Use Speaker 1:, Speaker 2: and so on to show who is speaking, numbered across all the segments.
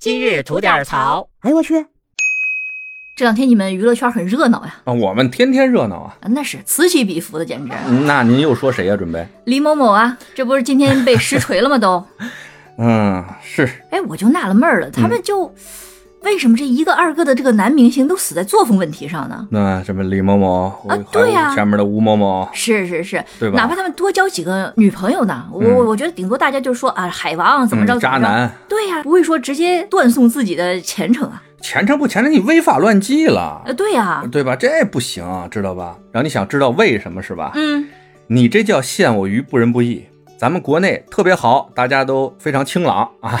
Speaker 1: 今日吐点槽。
Speaker 2: 哎呦我去，
Speaker 3: 这两天你们娱乐圈很热闹呀，
Speaker 4: 啊，我们天天热闹啊。
Speaker 3: 啊那是此起彼伏的，简直。
Speaker 4: 嗯那您又说谁呀、准备，
Speaker 3: 李某某啊，这不是今天被实锤了吗？都，
Speaker 4: 嗯，是
Speaker 3: 哎，我就纳了闷儿了，他们就、为什么这一个二个的这个男明星都死在作风问题上呢？
Speaker 4: 那什么李某某
Speaker 3: 啊对呀
Speaker 4: 还有前面的吴某某，
Speaker 3: 是是是，
Speaker 4: 对吧？
Speaker 3: 哪怕他们多交几个女朋友呢，我、
Speaker 4: 嗯
Speaker 3: 我我觉得顶多大家就说啊，海王怎么着
Speaker 4: 嗯
Speaker 3: 怎
Speaker 4: 渣
Speaker 3: 么着，
Speaker 4: 男，
Speaker 3: 对呀、不会说直接断送自己的前程啊，
Speaker 4: 前程不前程，你违法乱纪了，
Speaker 3: 呃，对呀、
Speaker 4: 对吧？这不行，啊知道吧？然后你想知道为什么是吧？
Speaker 3: 嗯，
Speaker 4: 你这叫陷我于不仁不义。咱们国内特别好，大家都非常清朗啊。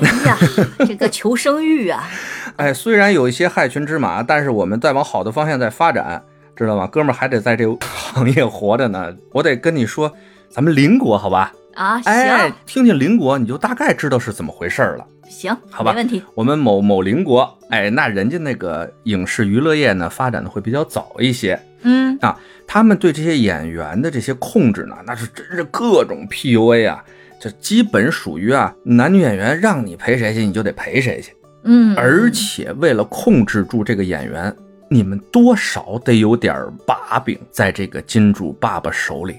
Speaker 3: 哎呀，这个求生欲啊，
Speaker 4: 哎，虽然有一些害群之马，但是我们在往好的方向在发展，知道吗？哥们儿还得在这个行业活着呢。我得跟你说，咱们邻国好吧？
Speaker 3: 啊，行、
Speaker 4: 哎，听听邻国，你就大概知道是怎么回事儿了。
Speaker 3: 行，
Speaker 4: 好吧
Speaker 3: 没问题，
Speaker 4: 我们某某邻国，哎，那人家那个影视娱乐业呢，发展的会比较早一些。
Speaker 3: 嗯，
Speaker 4: 他们对这些演员的这些控制呢，那是真是各种 PUA 啊，这基本属于啊男女演员让你陪谁去，你就得陪谁去。
Speaker 3: 嗯，
Speaker 4: 而且为了控制住这个演员，你们多少得有点儿把柄在这个金主爸爸手里。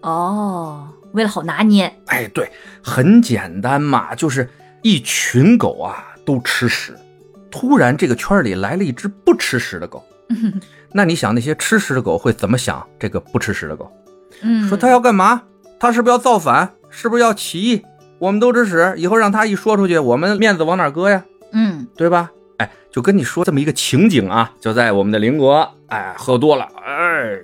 Speaker 3: 哦，为了好拿捏，
Speaker 4: 哎，对，很简单嘛，就是一群狗啊都吃屎，突然这个圈儿里来了一只不吃屎的狗， 那你想那些吃屎的狗会怎么想？这个不吃屎的狗
Speaker 3: 嗯，
Speaker 4: 说他要干嘛？他是不是要造反？是不是要起义？我们都吃屎，以后让他一说出去，我们面子往哪儿搁呀？
Speaker 3: 嗯，
Speaker 4: 对吧？哎，就跟你说这么一个情景啊，就在我们的邻国，哎，喝多了，哎，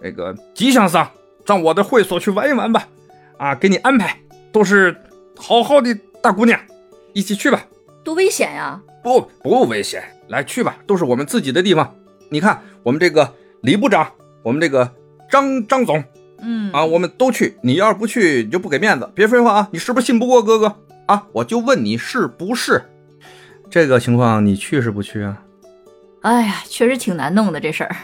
Speaker 4: 那个吉祥桑，上我的会所去玩一玩吧，啊，给你安排，都是好好的大姑娘，一起去吧，
Speaker 3: 多危险呀、
Speaker 4: 不不危险，来去吧，都是我们自己的地方。你看我们这个李部长，我们这个张张总
Speaker 3: 嗯
Speaker 4: 啊，我们都去，你要是不去，你就不给面子，别废话啊，你是不是信不过哥哥啊？我就问你是不是？这个情况你去是不去啊？
Speaker 3: 哎呀，确实挺难弄的这事儿，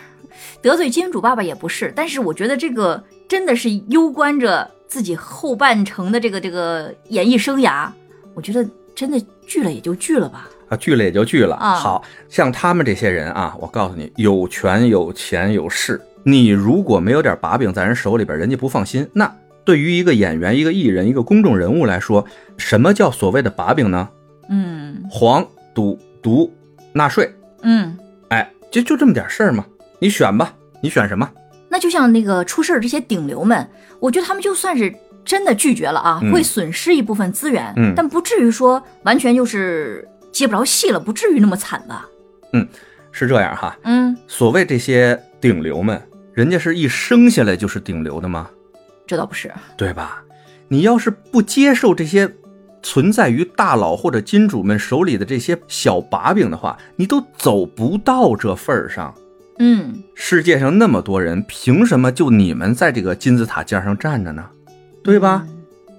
Speaker 3: 得罪金主爸爸也不是，但是我觉得这个真的是攸关着自己后半程的这个这个演艺生涯，我觉得真的聚了也就聚了吧。
Speaker 4: 啊，聚了也就聚了。
Speaker 3: 啊
Speaker 4: 好像他们这些人啊，我告诉你，有权有钱有势，你如果没有点把柄在人手里边，人家不放心。那对于一个演员、一个艺人、一个公众人物来说，什么叫所谓的把柄呢？
Speaker 3: 嗯
Speaker 4: 黄、赌、毒、纳税，
Speaker 3: 嗯，
Speaker 4: 哎，就就这么点事儿嘛。你选吧，你选什么？
Speaker 3: 那就像那个出事儿这些顶流们，我觉得他们就算是真的拒绝了啊，
Speaker 4: 嗯
Speaker 3: 会损失一部分资源，
Speaker 4: 嗯
Speaker 3: 但不至于说完全就是接不着戏了，不至于那么惨吧？
Speaker 4: 是这样哈，
Speaker 3: 嗯，
Speaker 4: 所谓这些顶流们，人家是一生下来就是顶流的吗？
Speaker 3: 这倒不是，
Speaker 4: 对吧？你要是不接受这些存在于大佬或者金主们手里的这些小把柄的话，你都走不到这份儿上。
Speaker 3: 嗯，
Speaker 4: 世界上那么多人，凭什么就你们在这个金字塔尖上站着呢？对吧？
Speaker 3: 嗯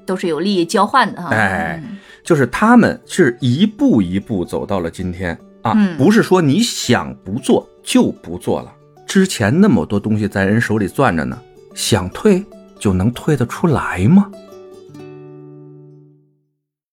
Speaker 3: 都是有利益交换的哈。
Speaker 4: 哎
Speaker 3: 嗯
Speaker 4: 就是他们是一步一步走到了今天啊，
Speaker 3: 嗯
Speaker 4: 不是说你想不做就不做了。之前那么多东西在人手里攥着呢，想退就能退得出来吗？